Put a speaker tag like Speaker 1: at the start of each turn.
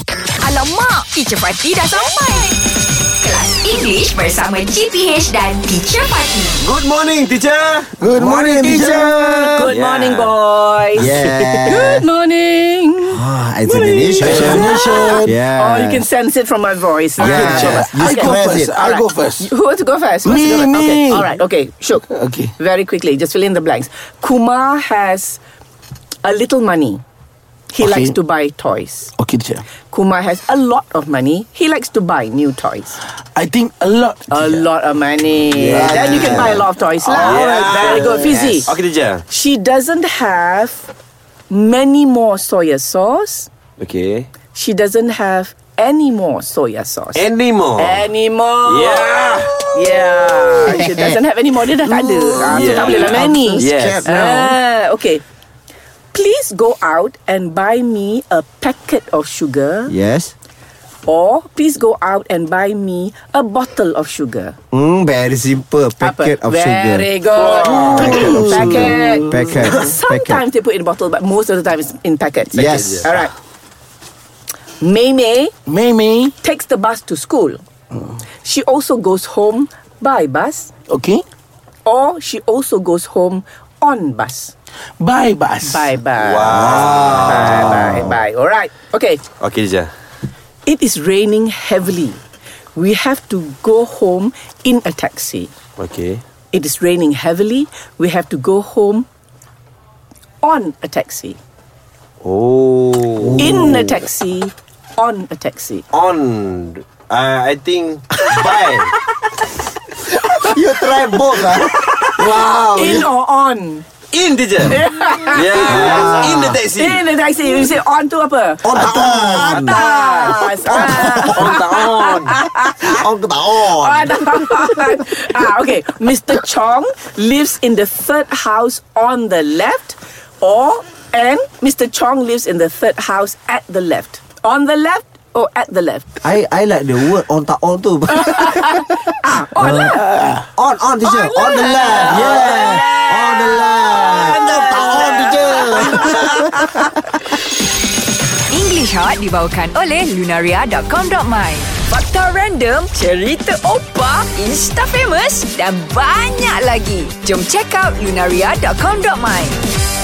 Speaker 1: macam mak. Teacher Fatih dah sampai. Kelas English bersama GPH dan Teacher Fatih.
Speaker 2: Good morning, teacher.
Speaker 3: Good morning, teacher.
Speaker 4: Good
Speaker 2: Yeah.
Speaker 4: morning, boys.
Speaker 3: Yeah.
Speaker 4: Morning.
Speaker 3: Ah, it's an initial.
Speaker 2: It's an initial.
Speaker 3: Yeah.
Speaker 4: Oh, you can sense it from my voice.
Speaker 3: Yeah.
Speaker 4: Okay, teacher.
Speaker 3: Yeah. You
Speaker 4: Okay.
Speaker 3: can sense it.
Speaker 4: All
Speaker 3: I'll
Speaker 4: right.
Speaker 3: go first.
Speaker 4: Who wants to go first? Who
Speaker 3: Me,
Speaker 4: wants to go first? Okay.
Speaker 3: me.
Speaker 4: All right. Okay. Shook.
Speaker 3: Okay.
Speaker 4: Very quickly. Just fill in the blanks. Kumar has a little money. He
Speaker 3: Okay.
Speaker 4: likes to buy toys.
Speaker 3: Okay, teacher.
Speaker 4: Kumar has a lot of money. He likes to buy new toys.
Speaker 3: I think a lot.
Speaker 4: A lot of money.
Speaker 3: Yeah.
Speaker 4: Then you can buy a lot of toys. lah.
Speaker 2: Yeah.
Speaker 4: All right. Very good. Fizzy.
Speaker 2: Okay, teacher.
Speaker 4: She doesn't have many more soya sauce.
Speaker 2: Okay.
Speaker 4: She doesn't have any more soya sauce.
Speaker 2: Any more?
Speaker 4: any more.
Speaker 2: Yeah.
Speaker 4: Yeah. She doesn't have any more. Dia dah tak ada. Ah, So
Speaker 2: Yeah.
Speaker 4: tak boleh lah many.
Speaker 2: Yes.
Speaker 4: Ah, okay. Please go out and buy me a packet of sugar
Speaker 3: Yes.
Speaker 4: or please go out and buy me a bottle of sugar.
Speaker 3: Hmm, very simple. Packet
Speaker 4: Apa?
Speaker 3: of sugar.
Speaker 4: Very good.
Speaker 3: Packet of sugar.
Speaker 4: Packet.
Speaker 3: Packet.
Speaker 4: Sometimes they put in a bottle, but most of the time it's in packets.
Speaker 3: Yes.
Speaker 4: All right. May May
Speaker 3: Mimi.
Speaker 4: takes the bus to school. Oh. She also goes home by bus,
Speaker 3: Okay.
Speaker 4: or she also goes home on bus.
Speaker 3: Bye, bus.
Speaker 4: By bus.
Speaker 2: Wow.
Speaker 4: Bye bye bye. All right. Okay.
Speaker 2: Okay, teacher.
Speaker 4: It is raining heavily. We have to go home in a taxi.
Speaker 2: Okay.
Speaker 4: It is raining heavily. We have to go home on a taxi.
Speaker 2: Oh.
Speaker 4: In a taxi. On a taxi.
Speaker 2: On. Uh, I think by.
Speaker 3: You try both, ah. wow.
Speaker 4: In or on?
Speaker 2: In, teacher. yeah. In the taxi.
Speaker 4: In a taxi. You say on to apa?
Speaker 3: On taon.
Speaker 4: Atas. Ah.
Speaker 2: On the on.
Speaker 3: On taon.
Speaker 4: ah, okay. Mr. Chong lives in the third house on the left, or and Mr. Chong lives in the third house at the left. On the left or at the left?
Speaker 3: I I like the word on taon tu. Ah,
Speaker 4: On left.
Speaker 3: on on teacher.
Speaker 4: On
Speaker 3: On the
Speaker 4: lah.
Speaker 3: left.
Speaker 4: On
Speaker 3: Yeah. On the left.
Speaker 4: On the
Speaker 3: Taon teacher.
Speaker 1: English Hot dibawakan oleh Lunaria.com.my Fakta random, cerita opa, insta famous dan banyak lagi. Jom check out Lunaria.com.my